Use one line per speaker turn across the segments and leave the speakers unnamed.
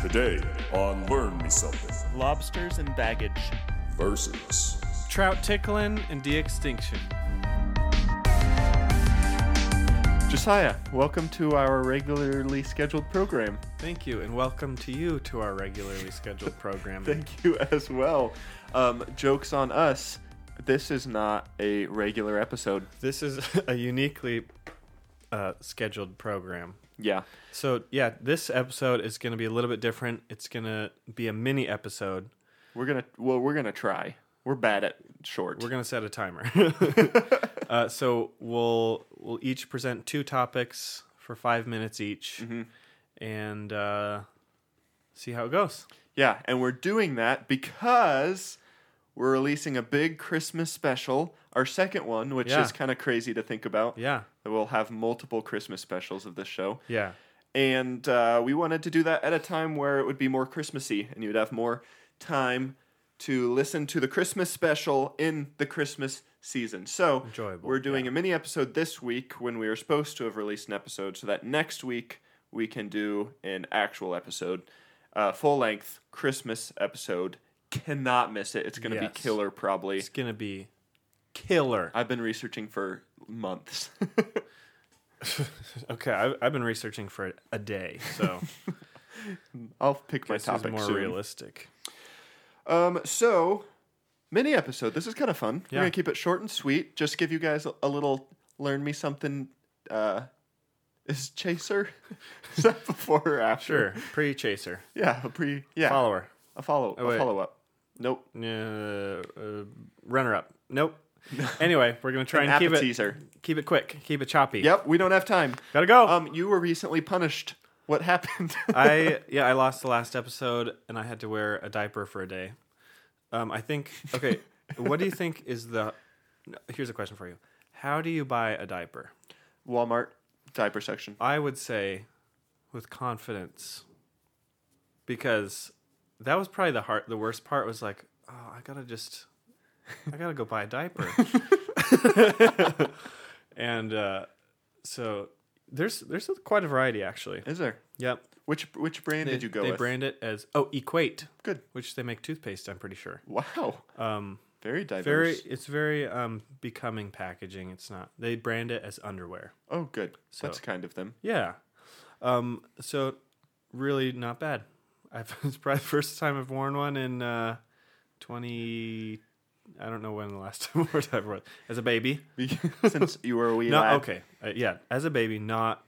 Today on Learn Me Something
Lobsters and baggage.
versus
Trout tickling and de extinction.
Josiah, welcome to our regularly scheduled program.
Thank you, and welcome to you to our regularly scheduled program.
Thank you as well. Um, jokes on us. This is not a regular episode.
This is a uniquely uh, scheduled program.
Yeah.
So, yeah, this episode is going to be a little bit different. It's going to be a mini episode.
We're going to well, we're going to try. We're bad at short.
We're going to set a timer. uh, so, we'll we'll each present two topics for 5 minutes each
Mm-hmm.
and uh, see how it goes.
yeah, and we're doing that because we're releasing a big Christmas special, our second one, which
Yeah.
is kind of crazy to think about.
Yeah.
We'll have multiple Christmas specials of this show.
Yeah.
and uh, we wanted to do that at a time where it would be more Christmassy and you'd have more time to listen to the Christmas special in the Christmas season. So
Enjoyable,
we're doing a mini episode this week when we were supposed to have released an episode, so that next week we can do an actual episode, uh, full length Christmas episode. Cannot miss it. It's going to
Yes.
be killer, probably.
It's going to be killer.
I've been researching for months.
Okay, I've, I've been researching for a day, so
I'll pick my
this is
topic
more
soon.
realistic.
Um, so mini episode. This is kind of fun.
Yeah.
We're gonna keep it short and sweet. Just give you guys a, a little learn me something. Uh, is chaser? is that before or after?
Sure, pre chaser,
Yeah, a pre. Yeah,
follower,
a follow.
Oh,
a
wait.
follow up. Nope.
uh, uh, runner up. Nope. anyway, we're gonna try
An
and keep it
appetizer.
keep it quick, keep it choppy.
Yep. We don't have time.
gotta go.
Um, you were recently punished. What happened?
I yeah, I lost the last episode, and I had to wear a diaper for a day. Um, I think okay. what do you think is the? no, Here's a question for you. How do you buy a diaper?
Walmart diaper section.
I would say with confidence because that was probably the heart the worst part was like, oh, I got to just I got to go buy a diaper. and uh, so there's there's quite a variety actually.
Is there?
Yep.
Which which brand did you go
They
with?
brand it as oh, Equate,
Good.
which they make toothpaste, I'm pretty sure.
Wow.
Um
Very diverse.
very it's very um becoming packaging. It's not. They brand it as underwear.
Oh, good. That's kind of them.
Yeah. Um, so really not bad. I've, it's probably the first time I've worn one in uh, 20. I don't know when the last time I wore diaper was. As a baby.
Since you were a wee
No,
lad.
okay. Uh, yeah. As a baby, not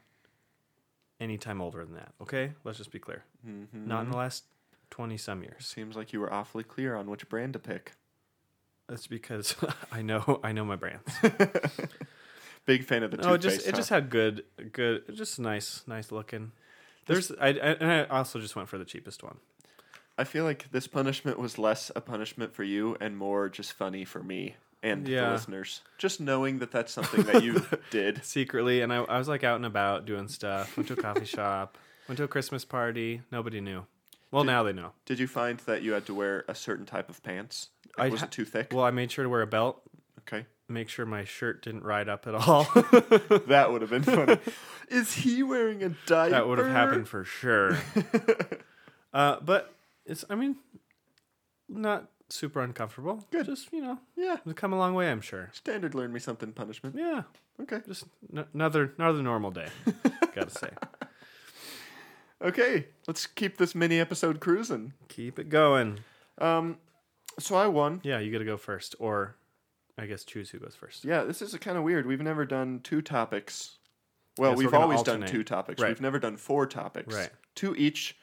any time older than that. Okay. Let's just be clear.
Mm-hmm.
Not in the last 20 some years.
Seems like you were awfully clear on which brand to pick.
That's because I know I know my brands.
Big fan of the
No, it
toothpaste.
just it
huh?
just had good good just nice nice looking. There's I, I and I also just went for the cheapest one.
I feel like this punishment was less a punishment for you and more just funny for me and the
Yeah.
listeners. Just knowing that that's something that you did.
secretly and I, I was like out and about doing stuff went to a coffee shop went to a christmas party nobody knew well now they know
Did you find that you had to wear a certain type of pants? Like,
I
was
ha-
it too thick?
well i made sure to wear a belt
okay,
make sure my shirt didn't ride up at all
that would have been funny. Is he wearing a diaper?
that would have happened for sure uh, but it's i mean not super uncomfortable good just you know
Yeah,
it's come a long way i'm sure
standard. Learn me something. Punishment.
yeah
Okay.
just n- another another normal day gotta say
Okay. Let's keep this mini episode cruising.
keep it going
Um, so I won.
yeah you gotta go first or i guess choose who goes first
Yeah, this is kind of weird. We've never done two topics. Well,
Yes, we're
we've
gonna
always done
alternate.
two topics.
Right.
We've never done four topics.
Right.
Two each.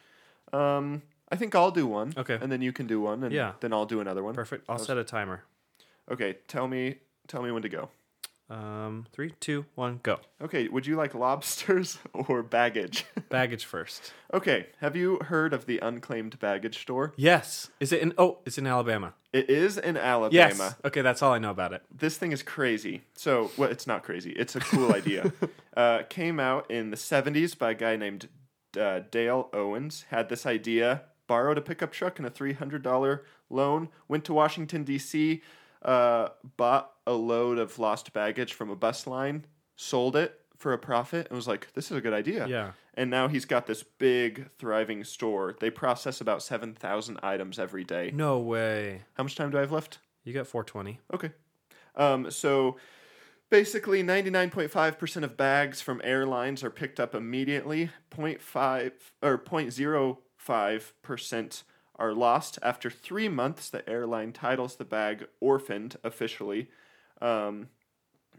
Um, I think I'll do one.
Okay.
And then you can do one, and
Yeah.
then I'll do another one.
Perfect. I'll set a timer.
Okay. Tell me, tell me when to go.
Um, three, two, one, go.
Okay. Would you like lobsters or baggage?
Baggage first.
okay. Have you heard of the unclaimed baggage store?
Yes. Is it in? Oh, it's in Alabama.
It is in Alabama.
Yes. Okay, that's all I know about it.
this thing is crazy. So, well, it's not crazy. It's a cool idea. Uh, came out in the 70s by a guy named uh, Dale Owens. Had this idea, borrowed a pickup truck and a $300 loan, went to Washington, D.C., uh, bought a load of lost baggage from a bus line, sold it for a profit and was like, this is a good idea.
Yeah.
And now he's got this big, thriving store. They process about 7,000 items every day.
No way.
How much time do I have left?
You got 420.
Okay. Um, so basically, 99.5% of bags from airlines are picked up immediately. 0.5 or 0.05% are lost. After three months, the airline titles the bag orphaned officially. Um,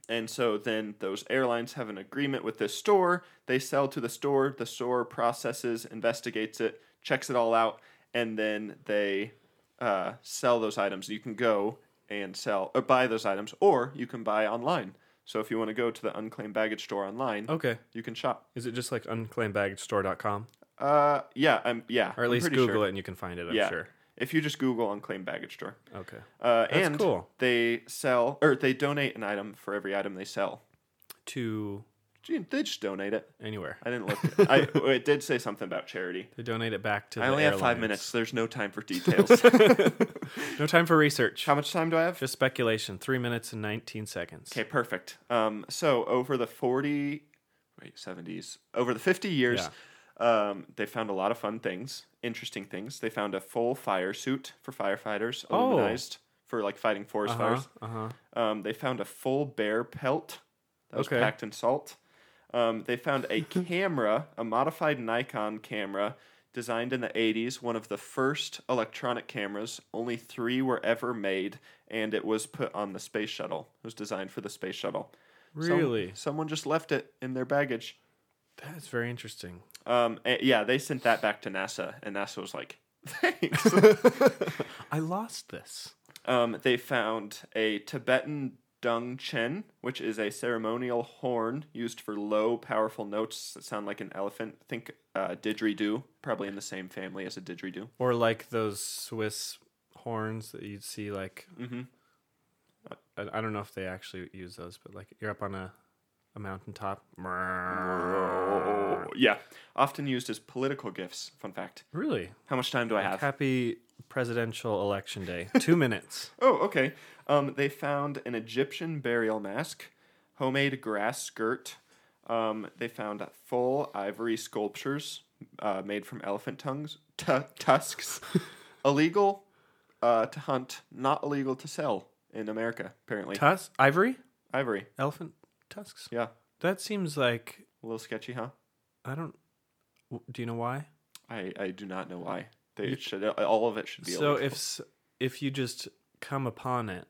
and so then those airlines have an agreement with this store. They sell to the store. The store processes, investigates it, checks it all out, and then they uh, sell those items. You can go and sell or buy those items, or you can buy online. So if you want to go to the unclaimed baggage store online,
Okay.
you can shop.
Is it just like unclaimedbaggagestore.com?
Uh, yeah, I'm yeah,
Or at
I'm
least
pretty
Google
sure.
it and you can find it, I'm
Yeah,
sure.
if you just Google unclaimed baggage store,
Okay.
uh,
That's
and
cool.
they sell or they donate an item for every item they sell.
To
Gee, they just donate it.
anywhere.
I didn't look. I it did say something about charity.
They donate it back to
I
the
only have five
airlines.
minutes. There's no time for details.
No time for research.
How much time do I have?
Just speculation. Three minutes and 19 seconds.
Okay, perfect. Um, so over the forty, wait, seventies, over the fifty years, um, they found a lot of fun things, interesting things. They found a full fire suit for firefighters,
Oh.
aluminized for like fighting forest
Uh-huh,
fires.
uh-huh.
Um, they found a full bear pelt that was
Okay.
packed in salt. Um, they found a camera, a modified Nikon camera designed in the 80s, one of the first electronic cameras. Only three were ever made, and it was put on the space shuttle. It was designed for the space shuttle. Some-
Really?
someone just left it in their baggage.
That's very interesting.
Um, eh, yeah, they sent that back to NASA, and NASA was like, thanks.
I lost this.
um, they found a Tibetan dung chen, which is a ceremonial horn used for low, powerful notes that sound like an elephant. Think uh, didgeridoo, probably in the same family as a didgeridoo.
Or like those Swiss horns that you'd see, like,
Mhm.
I, I don't know if they actually use those, but like you're up on a, a mountaintop.
Oh, Yeah, often used as political gifts. Fun fact.
Really?
How much time do I have?
Happy presidential election day. Two minutes.
Oh, okay. Um, they found an Egyptian burial mask, homemade grass skirt. Um, they found full ivory sculptures uh, made from elephant tongues, tu tusks. illegal uh, to hunt, not illegal to sell in America, apparently.
Tusks? Ivory?
ivory.
Elephant tusks?
Yeah.
That seems like,
A little sketchy, huh?
I don't, w- do you know why?
I, I do not know why. They should all of it should be
So
illegal.
if s- if you just come upon it,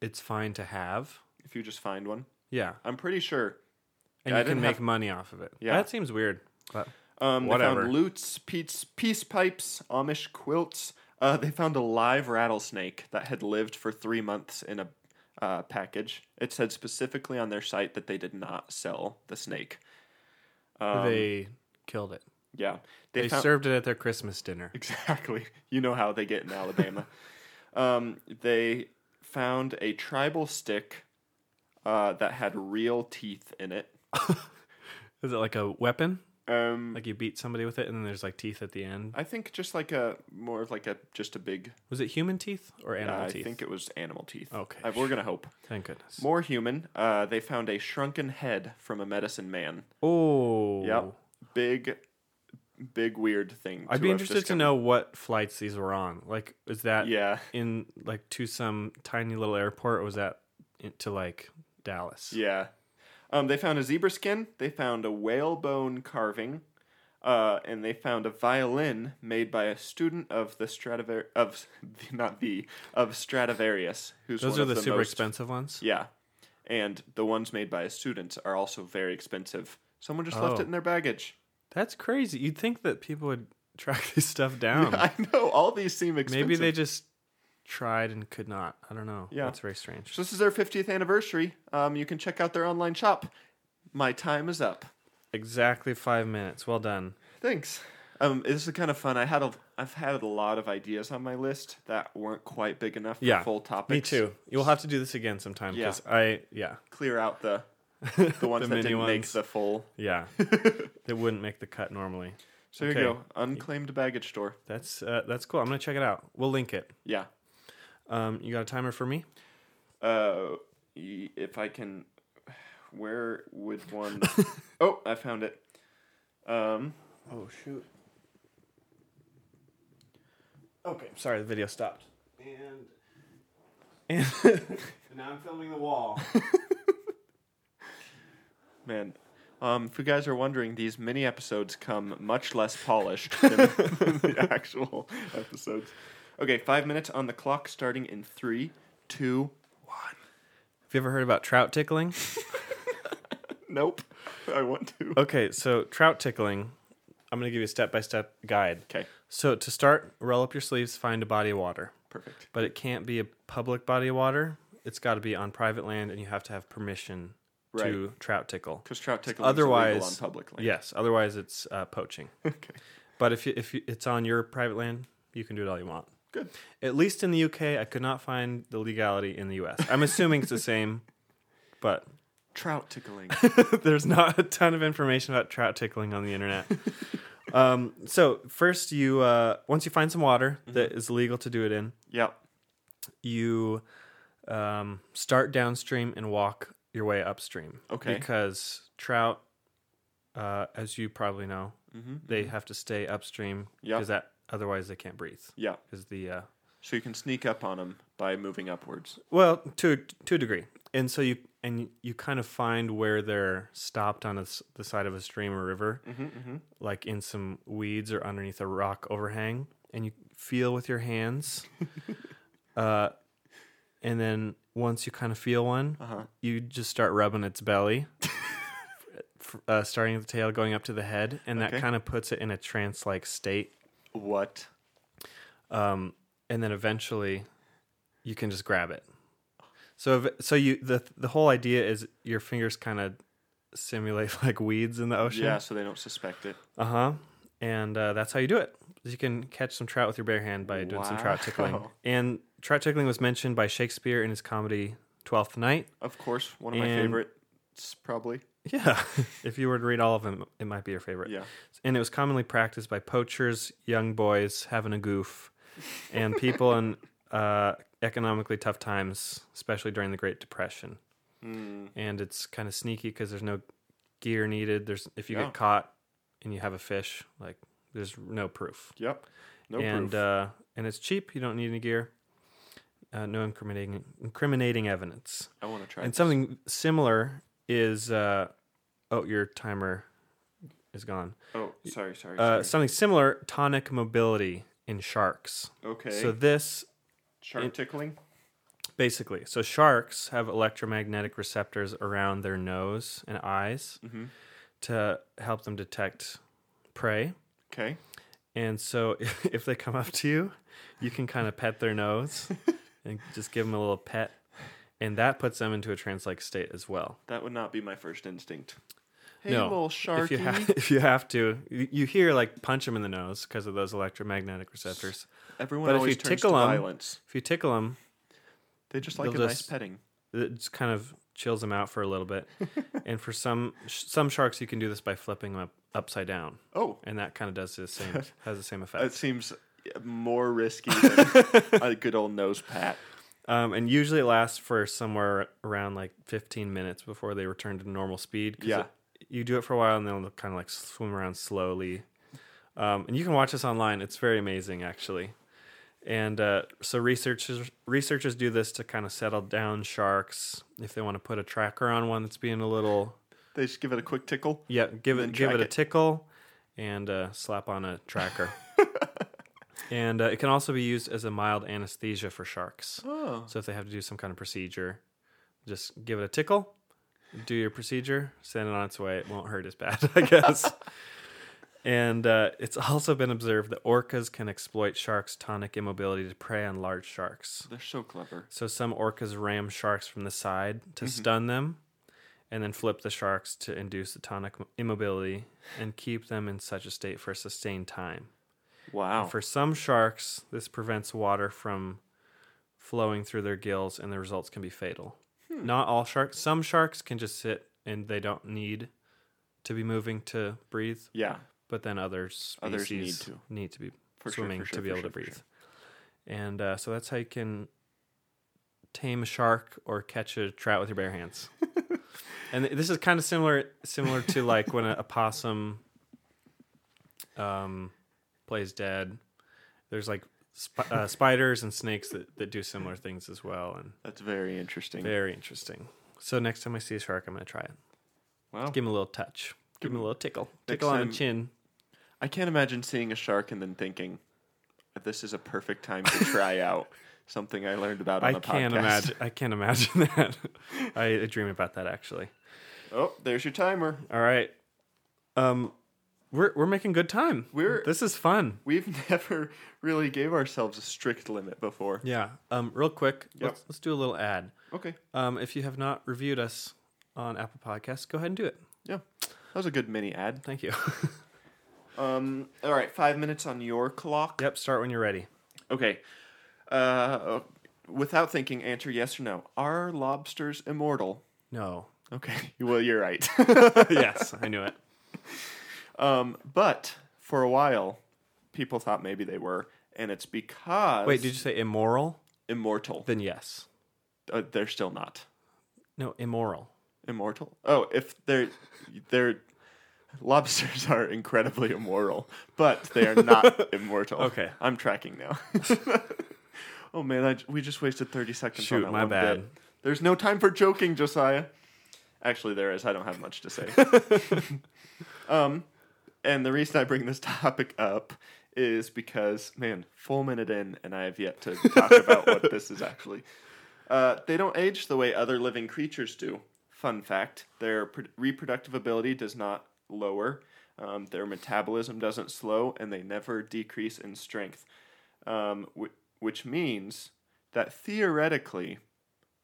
it's fine to have.
if you just find one.
Yeah,
I'm pretty sure
and
Yeah, I
you can
didn't
make
have-
money off of it.
Yeah.
that seems weird. But
Um, They
Whatever.
found lutes, peats, peace pipes, Amish quilts. Uh, they found a live rattlesnake that had lived for three months in a uh, package. It said specifically on their site that they did not sell the snake.
they killed it.
Yeah,
Um, They,
found-
served it at their Christmas dinner.
Exactly. You know how they get in Alabama. um, they found a tribal stick uh, that had real teeth in it.
Is it like a weapon?
Um,
Like you beat somebody with it, and then there's like teeth at the end.
I think just like a more of like a just a big.
Was it human teeth or animal
I
teeth?
think it was animal teeth.
Okay,
Uh, we're gonna hope.
Thank goodness.
More human. Uh, they found a shrunken head from a medicine man.
Oh,
Yep. Big, big weird thing.
I'd
to
be
have
interested to
discovered.
know what flights these were on. Like, is that
Yeah,
in like to some tiny little airport, or was that in- to like Dallas?
yeah. Um, they found a zebra skin. They found a whalebone carving, uh, and they found a violin made by a student of the Stradivar of not the of Stradivarius. Who's
Those
one
are
of
the, super
most-
expensive ones.
Yeah, and the ones made by students are also very expensive. Someone just left
Oh.
it in their baggage.
That's crazy. You'd think that people would track this stuff down.
I know all these seem expensive.
Maybe they just tried and could not. I don't know.
Yeah.
That's very strange.
So this is their 50th anniversary. Um, you can check out their online shop. My time is up.
Exactly five minutes. Well done.
Thanks. Um, this is kind of fun. I had a, I've had a lot of ideas on my list that weren't quite big enough for
Yeah.
full topics.
Me too. You'll have to do this again sometime
Yeah.
because I yeah
Clear out the the ones that
mini
didn't make
ones.
the full.
yeah they wouldn't make the cut normally.
So here you
Okay.
go. Unclaimed baggage store.
That's uh, that's cool. I'm gonna check it out. We'll link it.
Yeah.
Um, you got a timer for me?
Uh, y- if I can, Where would one? oh, I found it. Um,
Oh shoot. Okay, I'm sorry, the video stopped.
And, and now I'm filming the wall.
man. Um, if you guys are wondering, these mini episodes come much less polished than the actual episodes. Okay, five minutes on the clock, starting in three, two, one.
Have you ever heard about trout tickling?
Nope, I want to.
Okay, so trout tickling. I'm going to give you a step by step guide.
Okay,
So to start, roll up your sleeves, find a body of water.
perfect.
But it can't be a public body of water. It's got to be on private land, and you have to have permission to trout tickle.
Because trout tickling is
Otherwise,
illegal on public land.
yes. Otherwise, it's uh, poaching.
Okay.
But if you, if you, it's on your private land, you can do it all you want.
Good.
At least in the UK, I could not find the legality in the US. I'm assuming it's the same, but
Trout tickling.
there's not a ton of information about trout tickling on the internet. um, so first, you uh, once you find some water
Mm-hmm.
that is legal to do it in,
yep.
you um, start downstream and walk your way upstream.
Okay.
Because trout, uh, as you probably know, they have to stay upstream
Yeah.
because that otherwise they can't breathe.
Yeah.
Because the uh,
So you can sneak up on them by moving upwards.
Well, to to a degree, and so you and you kind of find where they're stopped on a s the side of a stream or river, like in some weeds or underneath a rock overhang, and you feel with your hands, uh, and then once you kind of feel one, you just start rubbing its belly. f- Uh, starting at the tail, going up to the head, and that
Okay.
kind of puts it in a trance-like state.
What?
um, and then eventually you can just grab it. So if- so you the the whole idea is your fingers kind of simulate like weeds in the ocean.
Yeah, so they don't suspect it.
Uh huh. And uh, that's how you do it. You can catch some trout with your bare hand by doing some trout tickling.
Wow.
And trout tickling was mentioned by Shakespeare in his comedy Twelfth Night.
Of course, one of my
And-
favorites, probably.
Yeah, if you were to read all of them, it might be your favorite.
Yeah.
and it was commonly practiced by poachers, young boys having a goof, and people in uh, economically tough times, especially during the Great Depression.
Mm,
And it's kind of sneaky because there's no gear needed. There's if you
Yeah.
get caught and you have a fish, like there's no proof.
Yep. No
and
proof.
Uh, and it's cheap. You don't need any gear. Uh, no incriminating incriminating evidence.
I want to try.
And
this.
something similar is uh, oh your timer is gone.
Oh, sorry, sorry.
Uh,
sorry.
something similar tonic mobility in sharks.
okay.
So this
Shark tickling.
basically, so sharks have electromagnetic receptors around their nose and eyes
Mm-hmm.
to help them detect prey.
Okay.
And so if they come up to you, you can kind of pet their nose and just give them a little pet. And that puts them into a trance-like state as well.
That would not be my first instinct. Hey,
no,
little
If you,
sharky.
ha- if you have to, you, you hear like punch them in the nose because of those electromagnetic receptors.
Everyone
But if
always
you
turns
tickle
to
'em-
violence.
If you tickle them,
They just like a
they'll
nice
just-
petting.
it just kind of chills them out for a little bit. and for some sh- some sharks, you can do this by flipping them up, upside down,
Oh,
and that kind of does the same has the same
that
effect.
seems more risky than a good old nose pat.
Um, and usually it lasts for somewhere around like 15 minutes before they return to normal speed. 'cause
Yeah.
it- you do it for a while, and they'll kind of like swim around slowly. Um, and you can watch this online. It's very amazing, actually. And uh, so researchers researchers do this to kind of settle down sharks if they want to put a tracker on one that's being a little
They just give it a quick tickle.
Yeah, give
then
it give
track
it a
it.
tickle and uh, slap on a tracker. and uh, it can also be used as a mild anesthesia for sharks.
Oh.
So if they have to do some kind of procedure, just give it a tickle, do your procedure, send it on its way. It won't hurt as bad, I guess. and uh, it's also been observed that orcas can exploit sharks' tonic immobility to prey on large sharks.
They're so clever.
So some orcas ram sharks from the side to stun them, and then flip the sharks to induce the tonic immobility and keep them in such a state for a sustained time.
Wow.
For some sharks, this prevents water from flowing through their gills, and the results can be fatal. Not all sharks. Some sharks can just sit and they don't need to be moving to breathe,
yeah.
but then others
Others need
species
to.
need to be
For sure,
swimming
for sure,
to be
for
able
sure,
to
for
breathe.
sure.
And uh, so that's how you can tame a shark or catch a trout with your bare hands. And this is kind of similar similar to like when a, a possum um, plays dead. There's like sp- uh, spiders and snakes that, that do similar things as well, and
That's very interesting.
very interesting. So next time I see a shark, I'm gonna try it.
Wow.
Give him a little touch. Give him a little tickle.
Next
Tickle on
time-
the chin.
I can't imagine seeing a shark and then thinking, this is a perfect time to try out something I learned about on
I
the podcast.
can't imagine. I can't imagine that. I dream about that actually.
Oh, there's your timer.
All right. Um, we're we're making good time.
We're-
this is fun.
We've never really gave ourselves a strict limit before.
Yeah. Um, real quick, let's, let's do a little ad.
Okay.
Um, if you have not reviewed us on Apple Podcasts, go ahead and do it.
Yeah. That was a good mini ad.
Thank you.
Um, all right, five minutes on your clock.
yep. Start when you're ready.
Okay. Uh, without thinking, answer yes or no. Are lobsters immortal?
No.
Okay. Well, you're right.
yes, I knew it.
um, but for a while, people thought maybe they were, and it's because
Wait, did you say immoral?
immortal?
Then yes.
uh, they're still not
No, immoral.
immortal. Oh, if they're they're lobsters are incredibly immoral, but they are not immortal.
Okay.
I'm tracking now. oh man, I, j- we just wasted 30 seconds. on
Shoot,
that
my
one
bad.
bit. There's no time for joking, Josiah. Actually, there is. I don't have much to say. um, and the reason I bring this topic up is because, man, full minute in, and I have yet to talk about what this is actually. Uh, they don't age the way other living creatures do. Fun fact: their pr- reproductive ability does not lower, um, their metabolism doesn't slow, and they never decrease in strength. Um, wh- which means that theoretically,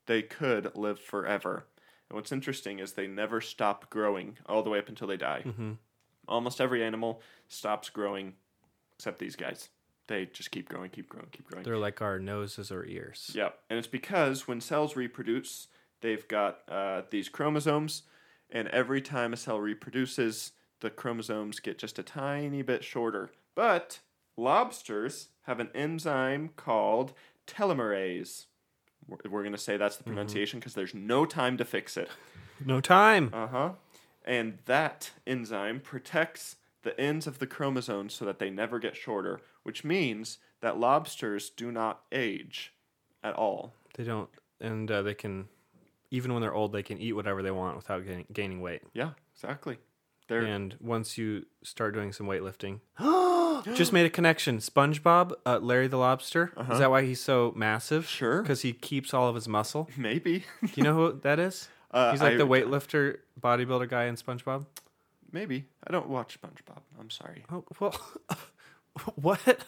they could live forever. And what's interesting is they never stop growing all the way up until they die. Almost every animal stops growing, except these guys. They just keep growing, keep growing, keep growing.
They're like our noses or ears.
Yeah, and it's because when cells reproduce, they've got uh, these chromosomes, and every time a cell reproduces, the chromosomes get just a tiny bit shorter. But lobsters have an enzyme called telomerase. We're, we're going to say that's the pronunciation because there's no time to fix it.
No time.
Uh huh. And that enzyme protects the ends of the chromosomes so that they never get shorter, which means that lobsters do not age at all.
They don't, and uh, they can, even when they're old, they can eat whatever they want without gain, gaining weight.
Yeah, exactly. They're
And once you start doing some weightlifting, just made a connection. SpongeBob, uh, Larry the Lobster. Is that why he's so massive?
Uh-huh. Sure.
Because he keeps all of his muscle.
maybe,
Do you know who that is?
Uh,
he's like
I-
the weightlifter, bodybuilder guy in SpongeBob.
maybe. I don't watch SpongeBob. I'm sorry.
Oh well, what?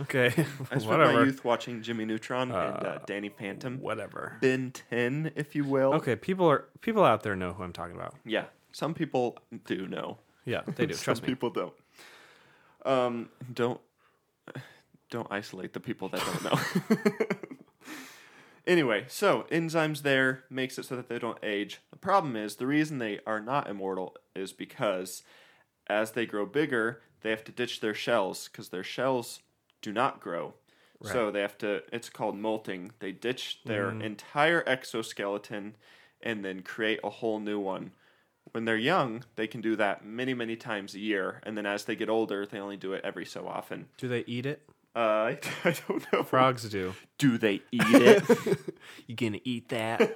okay,
I spent my
whatever.
youth watching Jimmy Neutron and uh, Danny Phantom,
Whatever.
Ben 10, if you will.
Okay, people are people out there know who I'm talking about.
Yeah, some people do know.
Yeah, they do.
Some
Trust me.
people don't. Um, don't don't isolate the people that don't know. anyway, so enzymes there makes it so that they don't age. The problem is the reason they are not immortal is because as they grow bigger, they have to ditch their shells because their shells do not grow. So they have to. It's called molting. They ditch their
Mm.
entire exoskeleton and then create a whole new one. When they're young, they can do that many, many times a year, and then as they get older, they only do it every so often.
Do they eat it?
Uh, I, don't know.
Frogs do.
Do they eat it?
You gonna eat that?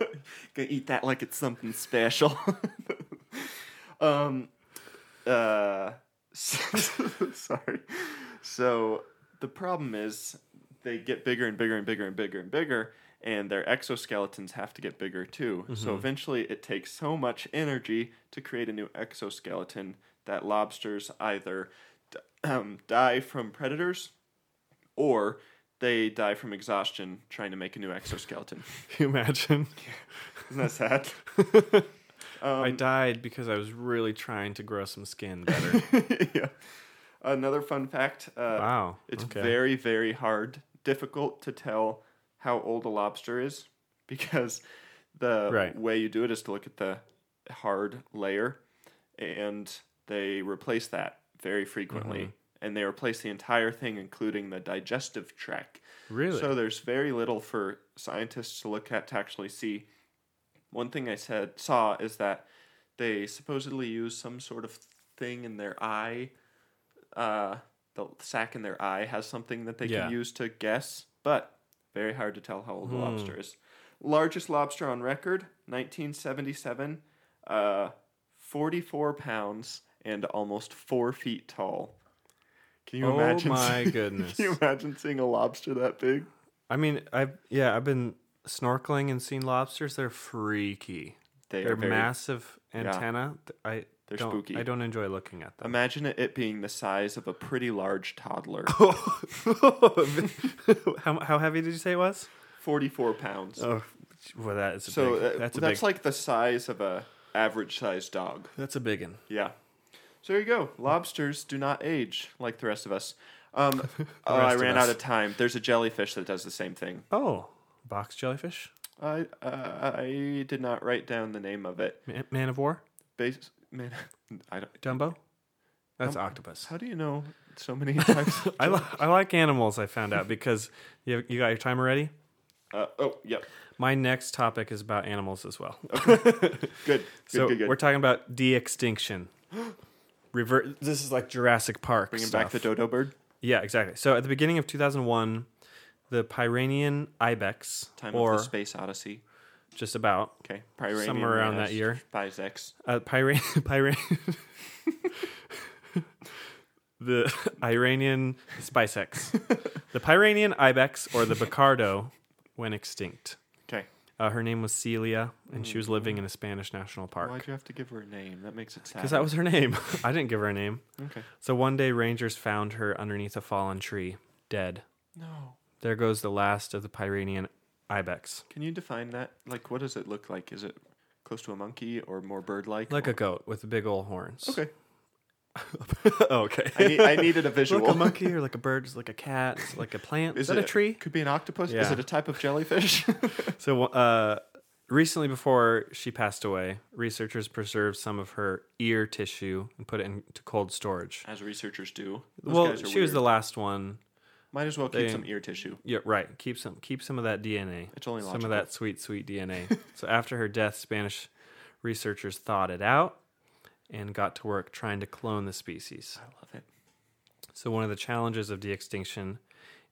Gonna eat that like it's something special. um, uh, sorry. So the problem is they get bigger and bigger and bigger and bigger and bigger, and their exoskeletons have to get bigger too. So eventually, it takes so much energy to create a new exoskeleton that lobsters either d- um, die from predators or they die from exhaustion trying to make a new exoskeleton.
Can you imagine?
Isn't that sad? Um,
I died because I was really trying to grow some skin better.
yeah. Another fun fact. Uh,
wow.
It's
okay.
very, very hard, difficult to tell how old a lobster is because the
Right.
way you do it is to look at the hard layer, and they replace that very frequently.
Mm-hmm.
And they replace the entire thing, including the digestive tract.
really.
So there's very little for scientists to look at to actually see one thing I said saw is that they supposedly use some sort of thing in their eye. Uh, the sac in their eye has something that they
Yeah. Hmm.
can use to guess, but very hard to tell how old the lobster is. Largest lobster on record, 1977, uh, 44 pounds and almost four feet tall. Can you
Oh
imagine?
my
seeing-
goodness.
Can you imagine seeing a lobster that big?
I mean, I yeah, I've been snorkeling and seen lobsters. They're freaky.
They
They're
are very-
massive antenna. Th- I
They're
don't,
spooky.
I don't enjoy looking at them.
Imagine it- it being the size of a pretty large toddler.
Oh.
Um,
how, how heavy did you say it was?
44 pounds.
Oh, well, that is a
so
big.
uh,
that's
that's,
a big.
like the size of a average sized dog.
that's a big one.
Yeah. So there you go. Lobsters do not age like the rest of us. Um, oh,
rest
I
of
ran
us.
out of time. There's a jellyfish that does the same thing.
Oh, box jellyfish,
I uh, I did not write down the name of it.
man, man of war,
Bas- man, I don't.
Dumbo. That's
Um,
octopus.
How do you know so many types? of-
I, li- I like animals. I found out because you, you got your timer ready.
uh, oh, yep.
My next topic is about animals as well.
Good. Good.
So
good. Good.
we're talking about de-extinction. Revert. This is like Jurassic Park.
Bringing
stuff.
back the dodo bird.
Yeah, exactly. So at the beginning of 2001, the Pyrenean ibex,
Time
or
of the space odyssey.
just about
Okay. Pyranian
Somewhere around that year.
Spies X.
uh, Pyran Pyran the Iranian SpiceX, the Pyrenean ibex or the Picardo went extinct.
Okay.
Uh, her name was Celia, and she was living in
Mm.
a Spanish national
Why'd
park
you have to give her a name? That makes it sad.
because that was her name. I didn't give her a name.
okay.
So one day, rangers found her underneath a fallen tree, dead.
No.
There goes the last of the Pyrenean ibex.
Can you define that? Like, what does it look like? Is it close to a monkey or more bird-like?
Like a goat with big old horns.
okay.
Oh, okay.
I, need, I needed a visual.
like a monkey or like a bird, it's like a cat, it's like a plant. Is, that
it
a tree?
Could be an octopus. Is
Yeah.
it a type of jellyfish?
So uh, recently, before she passed away, researchers preserved some of her ear tissue and put it into cold storage.
As researchers do. Those
well,
guys
she
are
was the
weird.
last one.
Might as well keep
they-
some ear tissue.
Yeah, right. Keep some keep some of that DNA.
It's only
some
logical.
of that sweet sweet DNA. so after her death, Spanish researchers thawed it out and got to work trying to clone the species.
I love it.
So one of the challenges of de-extinction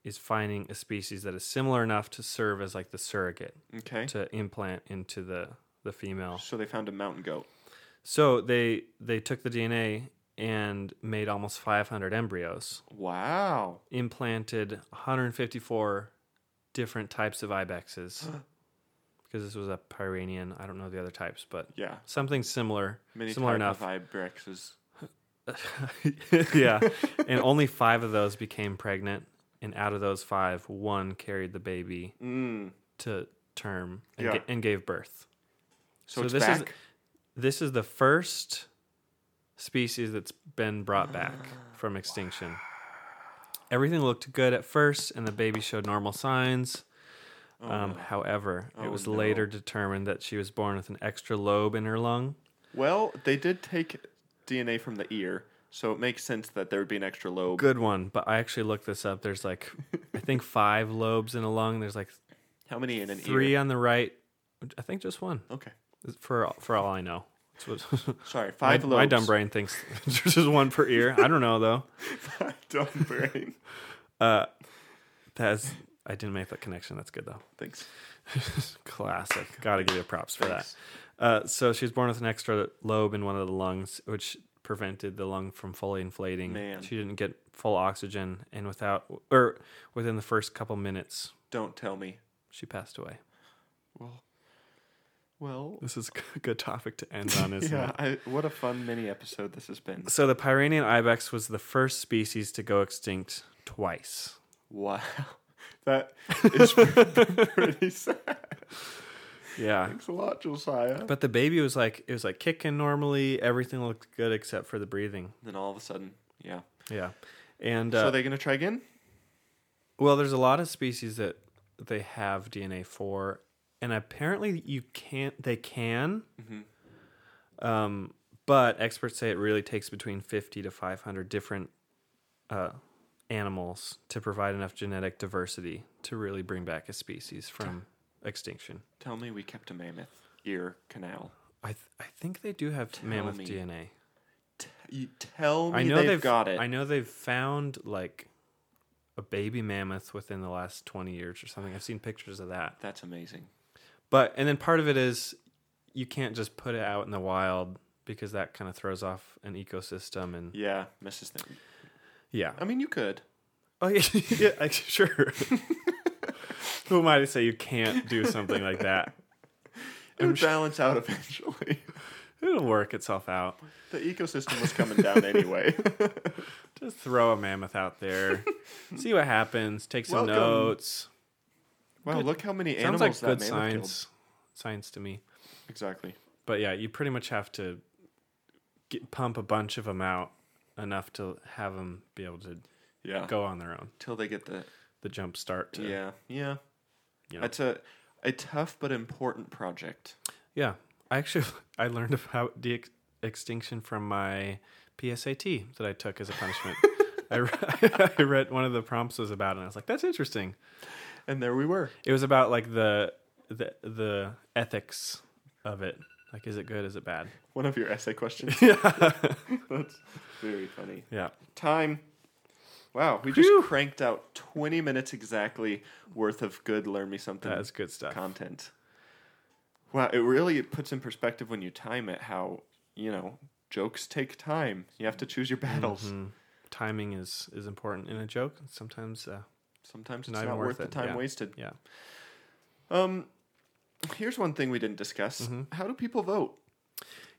is finding a species that is similar enough to serve as like the surrogate
Okay.
to implant into the the female.
So they found a mountain goat.
So they they took the DNA and made almost 500 embryos,
Wow.
implanted 154 different types of ibexes because this was a Pyrenean. I don't know the other types, but
Yeah.
something similar,
Many
similar
type
enough.
Of E ibrexes.
yeah. And only five of those became pregnant. And out of those five, one carried the baby
Mm.
to term and,
Yeah.
ga- and gave birth.
So,
So
it's
this is-
back.
This is the first species that's been brought back from extinction. Everything looked good at first, and the baby showed normal signs. um, However, it
Oh,
was
no.
later determined that she was born with an extra lobe in her lung.
Well, they did take DNA from the ear, so it makes sense that there would be an extra lobe.
Good one, but I actually looked this up. There's like, I think five lobes in a lung. There's like
How many in an
three
ear?
on the right. I think just one.
Okay.
For all- for all I know, That's what-
Sorry,
my,
five lobes.
my dumb brain thinks there's just one per ear. I don't know though.
dumb brain.
That's I didn't make that connection. That's good though.
Thanks.
Classic. Got to give you props for that. Uh, so she was born with an extra lobe in one of the lungs, which prevented the lung from fully inflating.
Man.
She didn't get full oxygen, and without or within the first couple minutes,
Don't tell me.
she passed away.
Well, well.
This is a good topic to end on, isn't
Yeah.
it?
I, what a fun mini episode this has been.
So the Pyrenean ibex was the first species to go extinct twice.
Wow. That is pretty sad.
Yeah.
Thanks a lot, Josiah.
But the baby was like it was like kicking normally. Everything looked good except for the breathing.
then all of a sudden, yeah.
Yeah, and
So
uh,
are they gonna try again?
well, there's a lot of species that they have DNA for, and apparently you can't. They can,
Mm-hmm.
um, but experts say it really takes between fifty to five hundred different uh, animals to provide enough genetic diversity to really bring back a species from extinction.
Tell me we kept a mammoth. ear canal.
I th- I think they do have mammoth
me.
DNA.
You tell me
I know
they've,
they've,
got it.
I know they've found like a baby mammoth within the last 20 years or something. I've seen pictures of that.
That's amazing.
But and then part of it is you can't just put it out in the wild because that kind of throws off an ecosystem and
Yeah, Mrs. Thing.
yeah.
I mean, you could.
Oh yeah, yeah like, sure. Who am I to say you can't do something like that?
It would balance out eventually.
It'll work itself out.
the ecosystem was coming down anyway.
Just throw a mammoth out there, see what happens. Take some
Welcome.
notes.
wow, look how many
Sounds
animals
like
that
good
man mammoth killed.
science, science to me.
Exactly.
But yeah, you pretty much have to get, pump a bunch of them out enough to have them be able to
Yeah.
go on their own.
Till they get the
The jump start. To,
yeah yeah.
You know.
It's a a tough but important project.
Yeah. I actually I learned about de extinction from my PSAT that I took as a punishment. I, re- I read one of the prompts was about it and I was like, that's interesting.
And there we were.
It was about like the the the ethics of it. Like is it good, is it bad?
One of your essay questions.
Yeah.
That's very funny.
yeah.
Time. Wow, we
Phew.
just cranked out 20 minutes exactly worth of good learn me something
That is good stuff.
content. Wow, it really puts in perspective when you time it how, you know, jokes take time. You have to choose your battles.
Mm-hmm. Timing is is important in a joke. Sometimes uh,
Sometimes it's
Not
not,
even
worth,
worth
the
it,
time
yeah.
wasted.
yeah.
Um here's one thing we didn't discuss.
Mm-hmm.
How do people vote?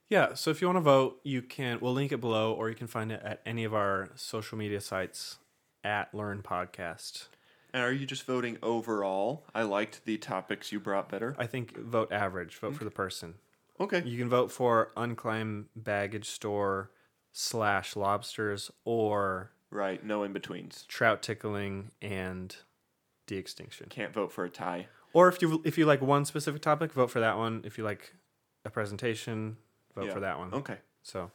Yeah, so if you want to vote, you can. We'll link it below, or you can find it at any of our social media sites at Learn Podcast.
And are you just voting overall? I liked the topics you brought better.
I think vote average, vote for the person.
Okay.
You can vote for Unclaimed Baggage Store slash lobsters or
Right, no in betweens.
trout tickling and de extinction.
Can't vote for a tie.
Or if you if you like one specific topic, vote for that one. If you like a presentation, vote
Yeah.
for that one.
Okay.
So,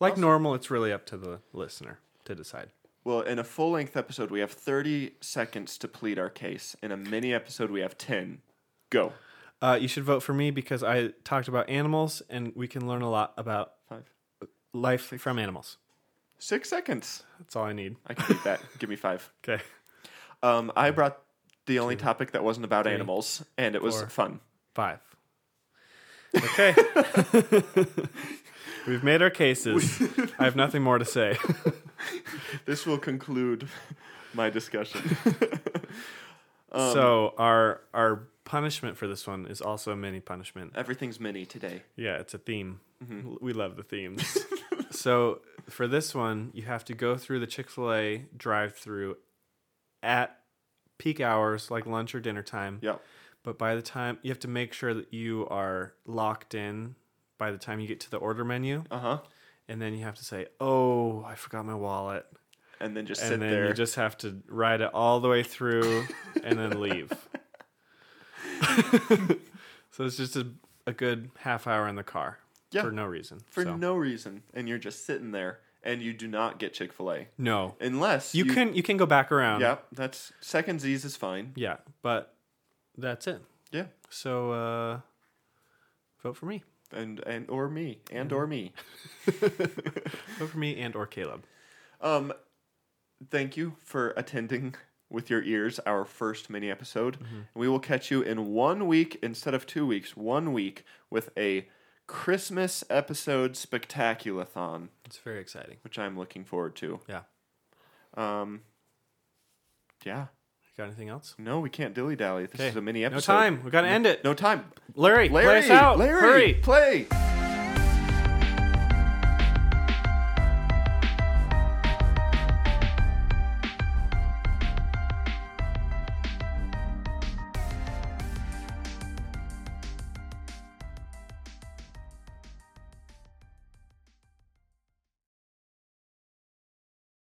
like normal, it's really up to the listener to decide.
Well, in a full length episode, we have 30 seconds to plead our case. In a mini episode, we have 10. Go.
Uh, you should vote for me because I talked about animals and we can learn a lot about
Five.
life from animals.
Six seconds.
That's all I need.
I can beat that. Give me five.
Okay.
Um, I brought the only topic that wasn't about animals, and it was
four.
fun.
Five. Okay. We've made our cases. I have nothing more to say.
This will conclude my discussion.
so our our punishment for this one is also a mini punishment.
Everything's mini today.
Yeah, it's a theme. L- We love the themes. so for this one, you have to go through the Chick Fil A drive through at peak hours, like lunch or dinner time.
Yep.
But by the time you have to make sure that you are locked in by the time you get to the order menu,
Uh huh.
and then you have to say, "Oh, I forgot my wallet,"
And then just
and
sit
then
there.
you just have to ride it all the way through and then leave. so it's just a, a good half hour in the car
Yeah.
for no reason.
for
So-
no reason. And you're just sitting there, and you do not get Chick fil A.
no,
Unless
you, can you can go back around.
Yeah, that's second Z's is fine.
yeah, but that's it.
Yeah.
So uh, vote for me,
and and or me and
Mm-hmm.
or me
vote for me and or Caleb.
um thank you for attending with your ears our first mini episode
Mm-hmm.
we will catch you in one week instead of two weeks one week with a christmas episode spectaculathon
It's very exciting.
which i'm looking forward to
Yeah.
um yeah
Got anything else?
no we can't dilly dally this is a mini episode
No time. We gotta end it.
no time
Larry, play us out.
larry
Hurry.
play